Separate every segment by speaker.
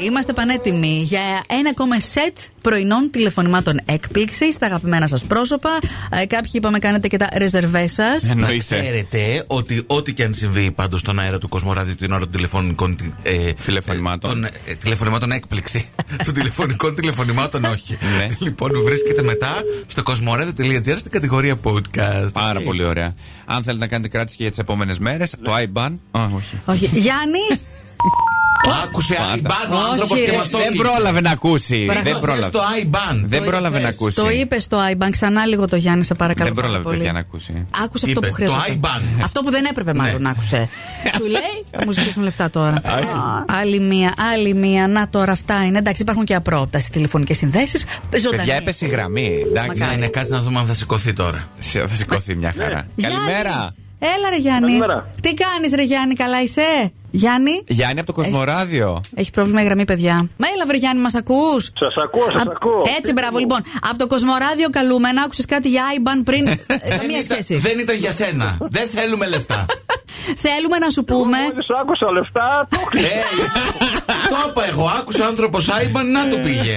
Speaker 1: Είμαστε πανέτοιμοι για ένα ακόμα σετ πρωινών τηλεφωνημάτων έκπληξης στα αγαπημένα σας πρόσωπα. Ε, κάποιοι είπαμε κάνετε και τα ρεζερβές σας.
Speaker 2: Εννοείται.
Speaker 3: Να ξέρετε ότι ό,τι και αν συμβεί πάντως στον αέρα του Κοσμοράδιου την ώρα των τηλεφωνικών. τη- Ε,
Speaker 2: Τηλεφωνημάτων.
Speaker 3: ε, των, ε, τηλεφωνημάτων έκπληξη. των τηλεφωνικών τηλεφωνημάτων όχι.
Speaker 2: Ναι.
Speaker 3: Λοιπόν, βρίσκεται μετά στο κοσμοράδιο.gr στην κατηγορία podcast.
Speaker 2: Πάρα
Speaker 3: Ε,
Speaker 2: πολύ ωραία. Αν θέλετε να κάνετε κράτηση και για τις επόμενες μέρες, το IBAN. Α, όχι.
Speaker 1: Όχι. Γιάννη,
Speaker 3: Άκουσε IBAN ο
Speaker 1: Όχι,
Speaker 3: άνθρωπος
Speaker 1: ρε,
Speaker 3: και μας το
Speaker 2: Δεν
Speaker 3: έκλεισε.
Speaker 2: πρόλαβε να ακούσει. Δεν
Speaker 3: Εδώ θες
Speaker 2: πρόλαβε.
Speaker 3: Το IBAN.
Speaker 2: Δεν
Speaker 3: Το
Speaker 2: πρόλαβε να
Speaker 3: θες.
Speaker 2: ακούσει.
Speaker 1: το είπες στο IBAN. Ξανά λίγο το Γιάννη, σε παρακαλώ.
Speaker 2: Δεν
Speaker 1: πάρα
Speaker 2: πρόλαβε,
Speaker 1: πολύ.
Speaker 2: παιδιά, να ακούσει.
Speaker 1: Άκουσε αυτό
Speaker 3: Είπε,
Speaker 1: που χρειαζόταν.
Speaker 3: το IBAN.
Speaker 1: Αυτό που δεν έπρεπε μάλλον
Speaker 3: Ναι.
Speaker 1: άκουσε. Σου λέει, θα μου ζητήσουν λεφτά τώρα. άλλη μία, άλλη μία. Να τώρα αυτά είναι. Εντάξει, υπάρχουν και απρόοπτα στι τηλεφωνικές συνδέσεις.
Speaker 2: Παιδιά, έπεσε η γραμμή. Εντάξει, ναι.
Speaker 3: Ναι, ναι, κάτσε να δούμε αν θα σηκωθεί τώρα.
Speaker 2: σε- θα σηκωθεί μια χαρά.
Speaker 1: Γιάννη.
Speaker 2: Καλημέρα.
Speaker 1: Έλα ρε Γιάννη.
Speaker 4: Καλημέρα.
Speaker 1: Τι κάνεις ρε Γιάννη, καλά είσαι. Γιάννη,
Speaker 2: Γιάννη από το Κοσμοράδιο.
Speaker 1: έχει πρόβλημα η γραμμή παιδιά. Μα έλα βρε Γιάννη, μας ακούς.
Speaker 4: Σας ακούω, σας
Speaker 1: Α,
Speaker 4: ακούω.
Speaker 1: Έτσι, μπράβο. Λοιπόν, από το Κοσμοράδιο καλούμε να άκουσες κάτι για IBAN πριν. ε, Καμία
Speaker 3: Δεν ήταν-
Speaker 1: σχέση.
Speaker 3: Δεν ήταν για σένα. Δεν θέλουμε λεφτά.
Speaker 1: Θέλουμε να σου πούμε.
Speaker 4: Μόλις άκουσα λεφτά, το
Speaker 3: Ε,
Speaker 4: κλείσα.
Speaker 3: Το είπα εγώ. Άκουσα άνθρωπο IBAN να του πήγε.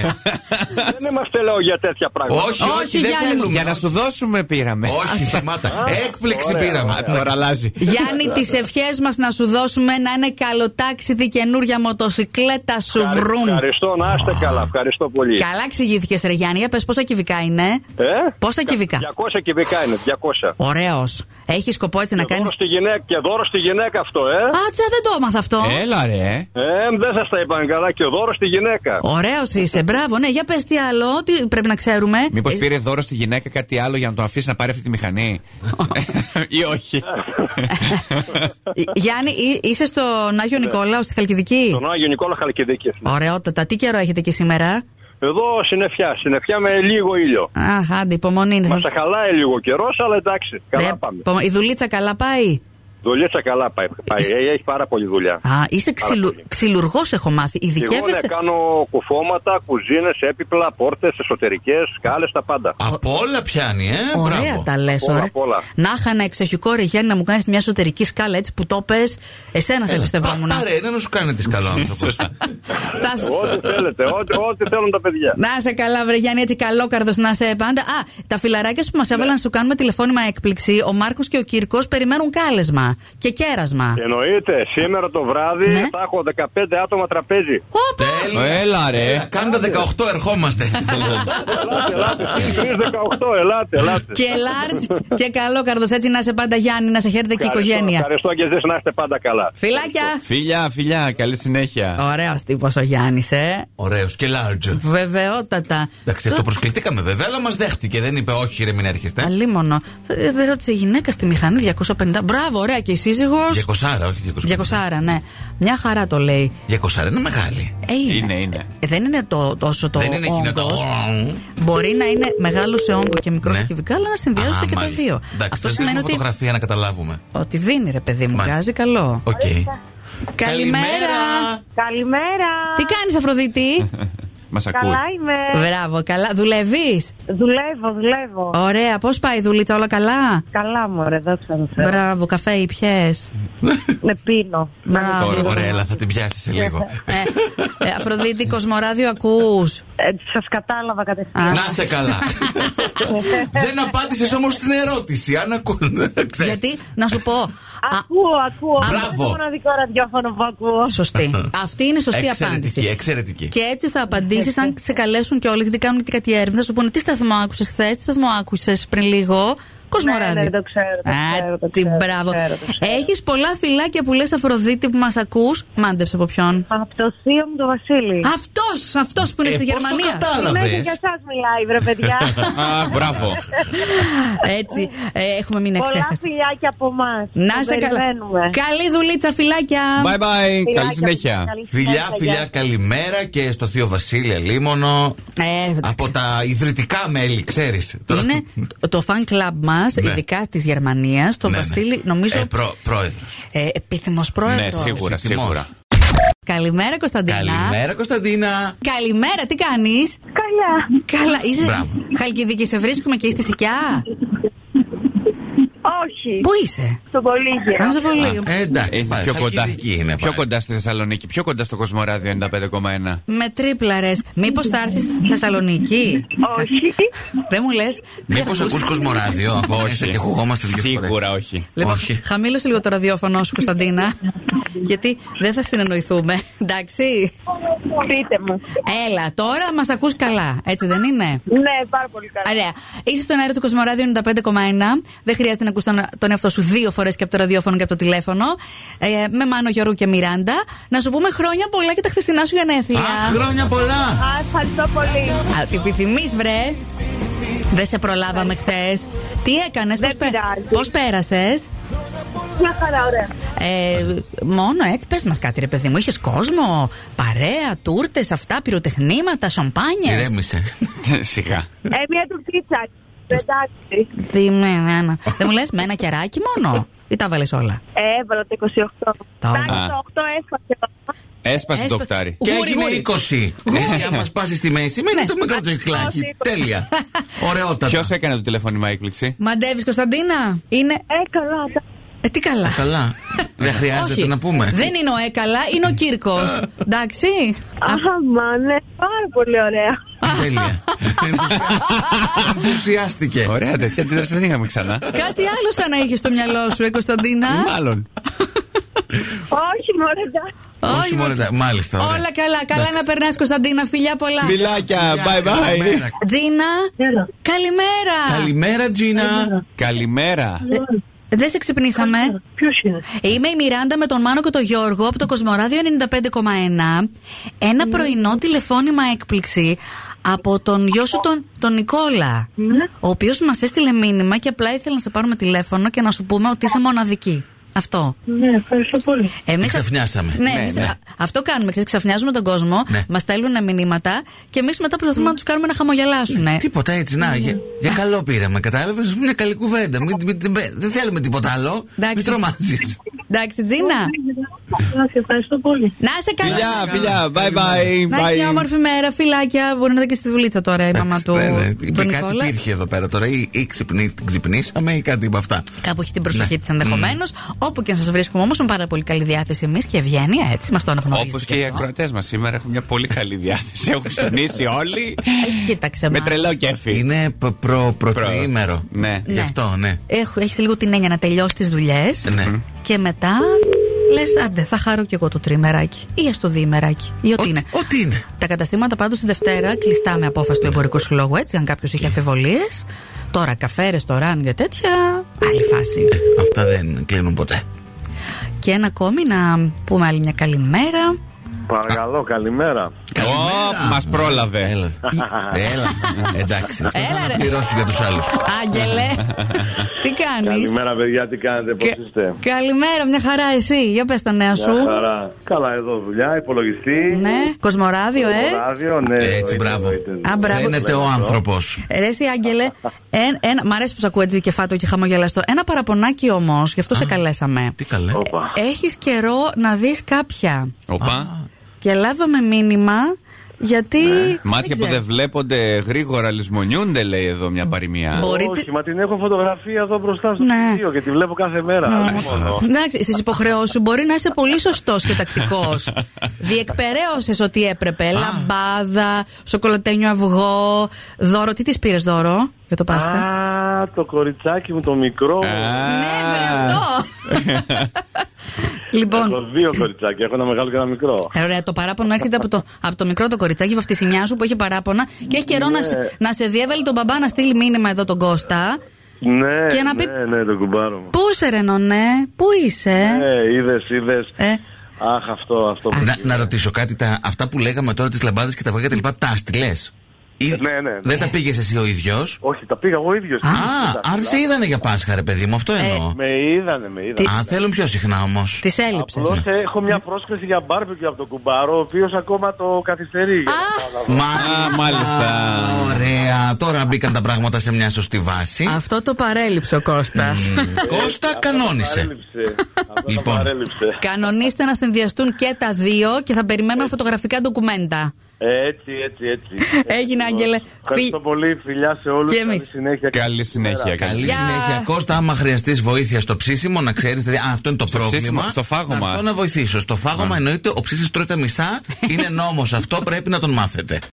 Speaker 4: Δεν είμαστε λέω για τέτοια πράγματα.
Speaker 3: Όχι,
Speaker 1: Όχι,
Speaker 3: όχι, δεν
Speaker 1: Γιάννη μου.
Speaker 3: θέλουμε.
Speaker 2: Για να σου δώσουμε πήραμε.
Speaker 3: Όχι, σταμάτα. Έκπληξη
Speaker 4: ωραία,
Speaker 3: πείραμα.
Speaker 2: Α, Τώρα αλλάζει.
Speaker 1: Γιάννη, τι ευχές μας να σου δώσουμε να είναι καλοτάξιδη καινούρια μοτοσυκλέτα σου
Speaker 4: Ευχαρι-
Speaker 1: βρούμ.
Speaker 4: Ευχαριστώ, να είστε καλά. Ευχαριστώ πολύ.
Speaker 1: Καλά εξηγήθηκες, ρε Γιάννη. Για πες πόσα κυβικά είναι.
Speaker 4: Ε?
Speaker 1: Πόσα κυβικά.
Speaker 4: 200 κυβικά είναι, 200.
Speaker 1: Ωραίος. Έχεις σκοπό έτσι να
Speaker 4: Και
Speaker 1: κάνει.
Speaker 4: δώρο, στη γυναίκα, και δώρο στη γυναίκα αυτό, ε.
Speaker 1: Άτσα, δεν το έμαθα αυτό.
Speaker 2: Έλα ρε.
Speaker 4: Ε, δεν σας τα είπαν καλά. Και δώρος στη γυναίκα.
Speaker 1: Ωραίος είσαι, μπράβο. Ναι, για πες τι άλλο, τι πρέπει να ξέρουμε.
Speaker 2: Μήπως
Speaker 1: Ε,
Speaker 2: πήρε δώρο στη γυναίκα κάτι άλλο για να τον αφήσει να πάρει αυτή τη μηχανή. Ή όχι.
Speaker 1: Ε, Γιάννη, εί- είσαι στον Άγιο
Speaker 4: Ναι.
Speaker 1: Νικόλαο, στη Χαλκιδική.
Speaker 4: Τον Άγιο Νικόλα Χαλκιδική.
Speaker 1: Ωραιότατα. Τι καιρό έχετε και σήμερα.
Speaker 4: Εδώ συννεφιά, συννεφιά με λίγο ήλιο.
Speaker 1: Αχ, άντε, υπομονή είναι.
Speaker 4: Μα τα χαλάει λίγο καιρός, αλλά εντάξει, καλά
Speaker 1: Ρε,
Speaker 4: πάμε.
Speaker 1: υπο- Η δουλίτσα καλά πάει.
Speaker 4: Δουλίτσα καλά πάει. πάει.
Speaker 1: Είσαι-
Speaker 4: Ε, Έχει πάρα πολλή δουλειά.
Speaker 1: Α, είσαι
Speaker 4: Πάρα
Speaker 1: ξυλου...
Speaker 4: πολύ.
Speaker 1: ξυλουργός, έχω μάθει.
Speaker 4: Εγώ ναι,
Speaker 1: Ειδικεύεσαι.
Speaker 4: κάνω κουφώματα, κουζίνες, έπιπλα, πόρτες, εσωτερικές, σκάλες, τα πάντα.
Speaker 3: Από όλα πιάνει, ε.
Speaker 1: Ωραία
Speaker 3: μπράβο.
Speaker 1: τα λες,
Speaker 4: Όλα,
Speaker 1: ωραία.
Speaker 4: όλα.
Speaker 1: Να είχα ένα εξοχικό ρε Γιάννη να μου κάνεις μια εσωτερική σκάλα έτσι που το πες. Εσένα θα
Speaker 3: Έλα,
Speaker 1: εμπιστευόμουν.
Speaker 3: πά- Ε, Πάρε ένα να σου κάνει τη καλό άνθρωπος.
Speaker 2: Σωστά.
Speaker 1: Τα σ-
Speaker 4: Ό,τι θέλετε, ό,τι, ό,τι θέλουν τα παιδιά.
Speaker 1: Να είσαι καλά, βρε Γιάννη, έτσι καλό να είσαι πάντα. Α, τα φιλαράκια σου που μας
Speaker 4: Ναι.
Speaker 1: έβαλαν να σου κάνουμε τηλεφώνημα έκπληξη, ο Μάρκος και ο Κύρκος περιμένουν κάλεσμα και κέρασμα.
Speaker 4: Εννοείται, σήμερα το βράδυ
Speaker 1: Ναι.
Speaker 4: θα έχω 15 άτομα τραπέζι.
Speaker 1: Όπα!
Speaker 4: Ναι.
Speaker 2: Έλα ρε.
Speaker 3: Ε, Κάντα 18, ερχόμαστε.
Speaker 4: ελάτε, ελάτε, στις 3-18, ελάτε, ελάτε.
Speaker 1: Και large και καλό έτσι να είσαι πάντα Γιάννη, να σε χαίρεται και η
Speaker 4: Ευχαριστώ,
Speaker 1: οικογένεια.
Speaker 4: Ευχαριστώ και εσείς να είστε πάντα καλά.
Speaker 1: Φιλάκια!
Speaker 2: Φιλιά, φιλιά, καλή συνέχεια.
Speaker 1: Ωραίος τύπος ο Γιάννης, ε.
Speaker 3: Ωραίος και large.
Speaker 1: Βεβαιότατα.
Speaker 3: Εντάξει, το προσκληθήκαμε βέβαια, αλλά μας δέχτηκε. Δεν είπε, Όχι, ρε, μην έρχεστε.
Speaker 1: Αλίμονο. Ε, Δεν ρώτησε η γυναίκα στη μηχανή 250. Μπράβο, ωραία και η σύζυγο.
Speaker 3: 200, όχι 200.
Speaker 1: 200, ναι. Μια χαρά το λέει.
Speaker 3: 200 είναι μεγάλη.
Speaker 1: Ε, είναι.
Speaker 2: Είναι, είναι.
Speaker 1: Ε, δεν είναι το, τόσο το
Speaker 3: Δεν είναι εκείνο το.
Speaker 1: όγκος. Μπορεί να είναι μεγάλο σε όγκο και μικρό σε
Speaker 3: Ναι.
Speaker 1: κυβικά, αλλά να συνδυάζονται
Speaker 3: Α,
Speaker 1: και τα
Speaker 3: μάλιστα.
Speaker 1: δύο.
Speaker 3: Εντάξει,
Speaker 1: Αυτό σημαίνει
Speaker 3: θα στείλουμε
Speaker 1: ότι,
Speaker 3: φωτογραφία να καταλάβουμε.
Speaker 1: ότι δίνει ρε παιδί μου,
Speaker 3: Μάλιστα.
Speaker 1: βγάζει καλό.
Speaker 3: Οκ.
Speaker 1: Καλημέρα.
Speaker 5: Καλημέρα.
Speaker 1: Τι κάνεις, Αφροδίτη.
Speaker 2: Μας ακούει.
Speaker 5: Καλά είμαι.
Speaker 1: Μπράβο, καλά. Δουλεύεις.
Speaker 5: Δουλεύω, δουλεύω.
Speaker 1: Ωραία, πώς πάει η δουλίτσα, όλα καλά.
Speaker 5: Καλά μου, ρε, δόξα τω Θεώ.
Speaker 1: Μπράβο, καφέ ή πιέ.
Speaker 5: Με πίνω.
Speaker 1: Μπράβο.
Speaker 3: Τώρα, ωραία, έλα, θα την πιάσεις σε λίγο.
Speaker 1: Ε, ε, Αφροδίτη, Κοσμοράδιο ακούς
Speaker 5: Έτσι Ε, σας κατάλαβα κατευθείαν.
Speaker 3: Να σε καλά. Δεν απάντησες όμως την ερώτηση. Αν ακούνε. ξέρεις.
Speaker 1: Γιατί, να σου πω. α,
Speaker 5: Ακούω, ακούω. Αυτό
Speaker 3: Μπράβο.
Speaker 5: Είναι το μοναδικό ραδιόφωνο που ακούω.
Speaker 1: Σωστή. Αυτή είναι η σωστή
Speaker 3: Εξαιρετική,
Speaker 1: απάντηση.
Speaker 3: εξαιρετική.
Speaker 1: Και έτσι θα απαντήσεις, αν σε καλέσουν και όλοι, γιατί κάνουν και κάτι έρευνα, θα σου πούνε τι σταθμό άκουσες χθες, τι σταθμό άκουσες πριν λίγο. Κοσμοράδι.
Speaker 5: Ναι, ναι, το ξέρω, το ξέρω, το ξέρω, το
Speaker 1: μπράβο.
Speaker 5: ξέρω, το ξέρω.
Speaker 1: Έχεις πολλά φυλάκια που λες Αφροδίτη που μας ακούς. Μάντεψε από ποιον.
Speaker 5: Από το θείο μου το Βασίλη.
Speaker 1: Αυτός, αυτός που είναι
Speaker 3: Ε,
Speaker 1: στη
Speaker 3: πώς το
Speaker 1: Γερμανία.
Speaker 5: Ναι, και
Speaker 3: κατάλαβες?
Speaker 5: για εσάς μιλάει, βρε παιδιά.
Speaker 2: Α, μπράβο.
Speaker 1: Έτσι, ε, έχουμε μείνει
Speaker 5: Πολλά
Speaker 1: εξέχαστα.
Speaker 5: φιλιάκια από εμάς.
Speaker 1: Να σε καλά.
Speaker 5: Περιμένουμε.
Speaker 1: Καλή δουλίτσα, φυλάκια.
Speaker 2: Bye bye. Καλή
Speaker 5: Φιλάκια,
Speaker 2: συνέχεια.
Speaker 5: καλή
Speaker 3: Φιλιά,
Speaker 5: συνέχεια,
Speaker 3: φιλιά,
Speaker 5: γεια.
Speaker 3: καλημέρα και στο θείο Βασίλη Λίμωνο.
Speaker 1: Ε,
Speaker 3: Από τα ιδρυτικά μέλη, ξέρεις.
Speaker 1: Είναι το- το fan club μας,
Speaker 3: Ναι.
Speaker 1: ειδικά της Γερμανίας, το Βασίλη, νομίζω.
Speaker 3: Ε, πρό, πρόεδρος.
Speaker 1: Ε, Επίθυμος πρόεδρος.
Speaker 2: Ναι, σίγουρα,
Speaker 3: Ζητημός.
Speaker 2: σίγουρα.
Speaker 1: Καλημέρα, Κωνσταντίνα.
Speaker 3: Καλημέρα, Κωνσταντίνα.
Speaker 1: Καλημέρα, τι κάνεις.
Speaker 5: Καλά.
Speaker 1: Καλά, είσαι.
Speaker 3: Μπράβο.
Speaker 1: Χαλκιδική, σε βρίσκουμε και στη Σικιά.
Speaker 5: Όχι, Όχι.
Speaker 1: Πού είσαι?
Speaker 5: Στον Πολύγιο.
Speaker 1: Πάμε σε πολύ.
Speaker 3: Ε, εντάξει,
Speaker 2: Είναι
Speaker 3: πάει,
Speaker 2: πιο κοντά.
Speaker 3: Χαλκιδική είναι,
Speaker 2: πιο
Speaker 3: πάει.
Speaker 2: κοντά στη Θεσσαλονίκη, πιο κοντά στο Κοσμοράδιο 95,1.
Speaker 1: Με τρίπλαρε. Μήπως θα έρθεις στη Θεσσαλονίκη.
Speaker 5: Όχι.
Speaker 1: Δεν μου λες.
Speaker 3: Μήπως ακού κοσμοράδιο από μέσα και χουγόμαστε δύο φορές.
Speaker 2: Σίγουρα όχι.
Speaker 1: Λοιπόν,
Speaker 3: Όχι.
Speaker 1: χαμήλωσε λίγο το ραδιόφωνο σου, Κωνσταντίνα. γιατί δεν θα συνεννοηθούμε. Εντάξει.
Speaker 5: Πείτε μου.
Speaker 1: Έλα, τώρα μας ακούς καλά. Έτσι δεν είναι.
Speaker 5: Ναι, πάρα πολύ καλά.
Speaker 1: Ωραία. Είσαι στον αέρα του Κοσμοράδιο 95,1. Δεν χρειάζεται να ακούς τον, τον εαυτό σου δύο φορές και από το ραδιόφωνο και από το τηλέφωνο. Ε, με Μάνο Γιωρού και Μιράντα. Να σου πούμε χρόνια πολλά και τα χθεσινά σου γενέθλια.
Speaker 3: Α, χρόνια πολλά!
Speaker 5: Α, ευχαριστώ πολύ.
Speaker 1: Α, επιθυμείς, βρε. Δεν σε προλάβαμε χθες. Τι έκανες,
Speaker 5: Δεν
Speaker 1: πώς πέ...
Speaker 5: πειράζει.
Speaker 1: πώς πέρασες.
Speaker 5: Μια χαρά, ωραία.
Speaker 1: Ε, μόνο έτσι, πες μας κάτι, ρε παιδί μου. Είχες κόσμο, παρέα, τούρτες, αυτά, πυροτεχνήματα, σαμπάνιες.
Speaker 3: Ηρέμησε.
Speaker 2: Σιγά.
Speaker 5: Ε, μια τουρκίτσα. Εντάξει.
Speaker 1: Τι, ναι, ναι, ναι. Δεν μου λες με ένα κεράκι μόνο. Ή τα βάλες όλα.
Speaker 5: Ε, έβαλα το 28.
Speaker 1: Τα όλα.
Speaker 5: Εντάξει, το 8 έφασε.
Speaker 2: Έσπασε το
Speaker 1: Έσπα-
Speaker 2: οκτάρι.
Speaker 3: Και
Speaker 1: Γούρι,
Speaker 3: έγινε
Speaker 1: γούρι. Ναι.
Speaker 3: 20. Ε, Αν μα πάσει στη μέση, μένει το μικρό το κυκλάκι. Τέλεια. Ωραιότατα.
Speaker 2: Ποιος έκανε το τηλεφώνημα έκπληξη.
Speaker 1: Μαντεύει, Κωνσταντίνα. Είναι.
Speaker 5: Ε, καλά. εντάξει.
Speaker 1: Ε, τι καλά.
Speaker 3: Καλά. Δεν χρειάζεται
Speaker 1: Όχι.
Speaker 3: να πούμε.
Speaker 1: Δεν είναι ο Έκαλα, είναι ο Κύρκος. Εντάξει.
Speaker 5: Αχ, μα ναι, πάρα πολύ ωραία.
Speaker 3: Τέλεια. Ενθουσιάστηκε.
Speaker 2: Ωραία, τέτοια αντίδραση δεν είχαμε ξανά.
Speaker 1: Κάτι άλλο σαν να είχε στο μυαλό σου, ε, Κωνσταντίνα.
Speaker 2: Μάλλον.
Speaker 5: Όχι, μωρέ, εντάξει.
Speaker 1: Όχι,
Speaker 3: Όχι μόνο τα. Μάλιστα. ωραία.
Speaker 1: Όλα καλά. Καλά
Speaker 3: Εντάξει.
Speaker 1: να περνάς, Κωνσταντίνα. Φιλιά πολλά.
Speaker 2: Φιλάκια, bye bye.
Speaker 3: Καλημέρα.
Speaker 1: Τζίνα, καλημέρα.
Speaker 3: Καλημέρα, Τζίνα.
Speaker 2: Καλημέρα.
Speaker 1: Ε, Δεν σε ξυπνήσαμε.
Speaker 5: Ποιος είναι.
Speaker 1: Είμαι η Μιράντα με τον Μάνο και τον Γιώργο από το Κοσμοράδιο 95,1. Ένα πρωινό τηλεφώνημα έκπληξη από τον γιο σου τον, τον Νικόλα.
Speaker 5: Ναι,
Speaker 1: Ο οποίος μας έστειλε μήνυμα και απλά ήθελε να σε πάρουμε τηλέφωνο και να σου πούμε ότι είσαι μοναδική. Αυτό.
Speaker 5: Ναι, ευχαριστώ πολύ.
Speaker 1: Εμείς...
Speaker 3: ξαφνιάσαμε.
Speaker 1: Ναι,
Speaker 2: Ναι,
Speaker 1: εμείς-
Speaker 2: ναι.
Speaker 1: α- Αυτό κάνουμε. Ξέρεις, ξαφνιάζουμε τον κόσμο,
Speaker 3: Ναι.
Speaker 1: μας στέλνουν μηνύματα και εμείς μετά προσπαθούμε να τους κάνουμε να χαμογελάσουν.
Speaker 3: Τίποτα έτσι, να, για,
Speaker 1: Ναι.
Speaker 3: για καλό πήραμε, κατάλαβες. Μια καλή κουβέντα. Μην- μην- μην- δεν θέλουμε τίποτα άλλο.
Speaker 1: Εντάξει.
Speaker 3: Μην τρομάζεις.
Speaker 1: Εντάξει, Τζίνα.
Speaker 5: ναι. Ευχαριστώ πολύ.
Speaker 1: Να σε καλά.
Speaker 2: Φιλιά, φιλιά, bye bye.
Speaker 1: Να έχει μια
Speaker 2: bye.
Speaker 1: όμορφη μέρα, φιλάκια. Μπορεί να ήταν και στη δουλίτσα τώρα η Ε, μαμά του, του
Speaker 3: ναι, Κάτι
Speaker 1: Νικόλα.
Speaker 3: υπήρχε εδώ πέρα τώρα, ή, ή ξυπνή- την ξυπνήσαμε ή κάτι από αυτά.
Speaker 1: Κάπου έχει την προσοχή
Speaker 3: Ναι.
Speaker 1: της τη ενδεχομένω. Όπου και να σας βρίσκουμε όμως, με πάρα πολύ καλή διάθεση εμείς και ευγένεια, έτσι. Μας το αναγνωρίζετε.
Speaker 2: Όπως και οι
Speaker 1: αυτό.
Speaker 2: ακροατές μας σήμερα έχουν μια πολύ καλή διάθεση. Έχουν ξυπνήσει όλοι.
Speaker 1: Ε, Κοίταξε
Speaker 2: Με
Speaker 1: με.
Speaker 2: τρελό κέφι.
Speaker 3: Είναι προ, προ,
Speaker 2: Προ-
Speaker 3: πρωτοήμερο.
Speaker 2: Ναι.
Speaker 3: Γι' αυτό, ναι.
Speaker 1: Έχεις λίγο την έννοια να τελειώσεις τις δουλειές.
Speaker 3: Ναι.
Speaker 1: Και μετά λες, άντε, θα χαρώ κι εγώ το τριμεράκι. Ή ας το διημεράκι. Ή ό,τι είναι.
Speaker 3: Ό- Ό,τι είναι.
Speaker 1: Τα καταστήματα πάντως τη Δευτέρα κλειστά με απόφαση του εμπορικού συλλόγου, έτσι, αν κάποιος είχε αμφιβολίες. Τώρα καφέ, ρεστοράν και τέτοια. Άλλη φάση.
Speaker 3: Αυτά δεν κλείνουν ποτέ.
Speaker 1: Και ένα ακόμη να πούμε άλλη μια καλημέρα.
Speaker 4: Παρακαλώ, καλημέρα.
Speaker 2: Ω, μας πρόλαβε.
Speaker 3: Έλα. Έλα. Εντάξει. Αυτό
Speaker 1: Έλα, ρε.
Speaker 3: θα πληρώσει για τους άλλους.
Speaker 1: Άγγελε, τι κάνεις
Speaker 4: Καλημέρα, παιδιά, τι κάνετε,
Speaker 1: Κα-
Speaker 4: πώ είστε.
Speaker 1: Καλημέρα, μια χαρά εσύ. Για πες τα νέα σου.
Speaker 4: Μια χαρά. Καλά, εδώ δουλειά, υπολογιστή.
Speaker 1: Ναι, Κοσμοράδιο, ε.
Speaker 4: Ράδιο, ναι.
Speaker 3: Έτσι,
Speaker 4: εννοείται,
Speaker 3: μπράβο.
Speaker 4: εννοείται.
Speaker 1: Α, μπράβο.
Speaker 3: Φαίνεται ο άνθρωπος.
Speaker 1: Ρε εσύ, Άγγελε, εν, εν, μ' αρέσει που σ' ακούω έτσι και φάτο και χαμογελαστό. Ένα παραπονάκι όμως, γι' αυτό σε καλέσαμε.
Speaker 3: Τι καλέ.
Speaker 4: Όπα.
Speaker 1: Έχεις καιρό να δεις κάποια.
Speaker 2: Οπα.
Speaker 1: Και λάβαμε μήνυμα γιατί.
Speaker 2: Μάτια που
Speaker 1: ξέρω.
Speaker 2: δεν βλέπονται γρήγορα λησμονιούνται, λέει εδώ μια παροιμία.
Speaker 1: Μπορεί τι-
Speaker 4: Όχι, μα την έχω φωτογραφία εδώ μπροστά στο
Speaker 1: Ναι.
Speaker 4: βιβλίο και τη βλέπω κάθε μέρα. όχι μόνο.
Speaker 1: Εντάξει, στις υποχρεώσεις σου μπορεί να είσαι πολύ σωστός και τακτικός. Διεκπαιρέωσες ό,τι έπρεπε. Λαμπάδα, σοκολατένιο αυγό, δώρο. Τι της πήρες δώρο για το Πάσχα.
Speaker 4: Α, το κοριτσάκι μου το μικρό.
Speaker 2: Α,
Speaker 1: Ναι, βρε αυτό.
Speaker 4: Έχω
Speaker 1: λοιπόν,
Speaker 4: δύο κοριτσάκια, έχω ένα μεγάλο και ένα μικρό.
Speaker 1: ε, ωραία, το παράπονο έρχεται από το, από το μικρό το κοριτσάκι, η βαφτισιμιά σου που έχει παράπονα και έχει καιρό να, σε- να σε διέβαλε τον μπαμπά να στείλει μήνυμα εδώ τον Κώστα.
Speaker 4: Ναι,
Speaker 1: Και να πει-
Speaker 4: ναι, ναι, το κουμπάρο μου.
Speaker 1: Πού είσαι, ρε Νονέ, πού είσαι.
Speaker 4: Ναι, είδες, είδες.
Speaker 1: Ε.
Speaker 4: Αχ, αυτό, αυτό. που
Speaker 3: Να,
Speaker 4: είπε.
Speaker 3: να ρωτήσω κάτι. Τα, αυτά που λέγαμε τώρα, τις λαμπάδες και τα αυγά και τα λοιπά, τα άστιλες.
Speaker 4: Ναι, ναι, ναι.
Speaker 3: Δεν τα πήγες εσύ ο ίδιος.
Speaker 4: Όχι, τα πήγα εγώ ίδιος.
Speaker 3: Α,
Speaker 4: ναι.
Speaker 3: άρα σε είδανε για Πάσχα, ρε παιδί μου,
Speaker 1: Ε,
Speaker 3: αυτό εννοώ.
Speaker 4: Με είδανε, με είδανε.
Speaker 3: Α, θέλουν πιο συχνά όμως.
Speaker 1: Τη έλειψες.
Speaker 4: Απλώς έχω μια πρόσκληση για μπάρμπεκι από τον κουμπάρο, ο οποίος ακόμα το καθυστερεί. για να πάω να δω.
Speaker 2: Α, μάλιστα.
Speaker 3: Ωραία. Τώρα μπήκαν τα πράγματα σε μια σωστή βάση.
Speaker 1: Αυτό το παρέλειψε ο Κώστας.
Speaker 3: Ναι. Κώστα, κανόνισε.
Speaker 4: Παρέλειψε. Αυτό τα
Speaker 3: Λοιπόν.
Speaker 4: παρέλειψε.
Speaker 1: Κανονίστε να συνδυαστούν και τα δύο και θα περιμένουμε φωτογραφικά ντοκουμέντα.
Speaker 4: Έτσι, έτσι, έτσι.
Speaker 1: Έγινε, Άγγελε.
Speaker 4: Ευχαριστώ
Speaker 1: Φι-
Speaker 4: πολύ. Φιλιά σε όλους.
Speaker 1: Και εμείς.
Speaker 4: συνέχεια.
Speaker 2: Καλή συνέχεια.
Speaker 4: Καλή.
Speaker 3: Καλή
Speaker 1: Γεια.
Speaker 3: συνέχεια. Κώστα, άμα χρειαστείς βοήθεια στο ψήσιμο, να ξέρεις. Α, αυτό είναι το
Speaker 2: Στο
Speaker 3: πρόβλημα.
Speaker 2: ψήσιμο, στο φάγωμα.
Speaker 3: Να έρθω να βοηθήσω. Στο φάγωμα εννοείται ο ψήσης τρώει τα μισά. Είναι νόμος αυτό, πρέπει να τον μάθετε.